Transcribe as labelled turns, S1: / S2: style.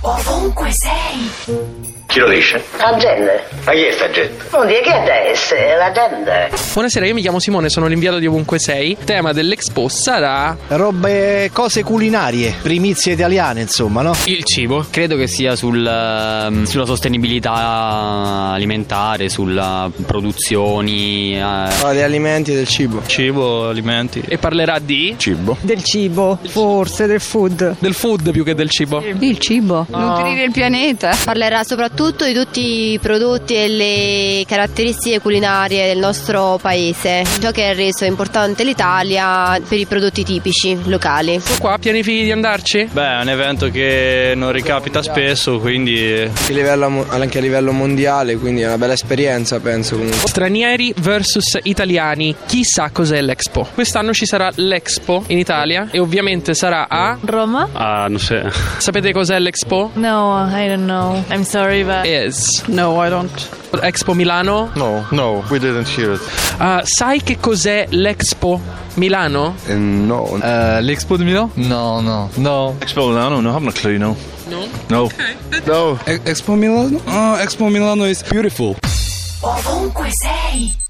S1: Ovunque sei.
S2: Chi lo dice?
S3: Agende.
S2: Ma chi è sta gente?
S3: Non dire che adesso è l'agenda.
S4: Buonasera, io mi chiamo Simone, sono l'inviato di Ovunque Sei. Tema dell'Expo sarà
S5: Robe, cose culinarie, primizie italiane, insomma, no?
S4: il cibo.
S6: Credo che sia sul, ehm, sulla sostenibilità alimentare, sulla produzioni. eh.
S5: Gli alimenti del cibo.
S7: Cibo, alimenti.
S4: E parlerà di.
S8: Del cibo, forse del food.
S4: del food più che del cibo.
S9: Il cibo.
S8: Nutrire il pianeta.
S9: Parlerà soprattutto di tutti i prodotti e le caratteristiche culinarie del nostro paese, ciò che ha reso importante l'Italia per i prodotti tipici locali.
S4: Tu Ecco Qua pianifichi di andarci?
S7: Beh, è un evento che non ricapita spesso, quindi eh.
S5: anche a livello mondiale, quindi è una bella esperienza, penso comunque.
S4: Stranieri versus italiani, chissà cos'è l'Expo. Quest'anno ci sarà l'Expo in Italia e ovviamente sarà a.
S10: Roma?
S6: Ah, non so.
S4: Sapete cos'è l'Expo?
S10: No, I don't know. I'm sorry, but
S4: Yes.
S8: No, I don't.
S4: Expo Milano.
S11: No, no, we didn't hear it.
S4: Ah, sai che cos'è l'Expo Milano?
S11: no.
S7: L'Expo di Milano? No, no. No. Expo Milano? No, I'm not clue, no. No? No.
S11: No.
S7: Expo Milano? Expo Milano is beautiful.
S1: Ovunque sei.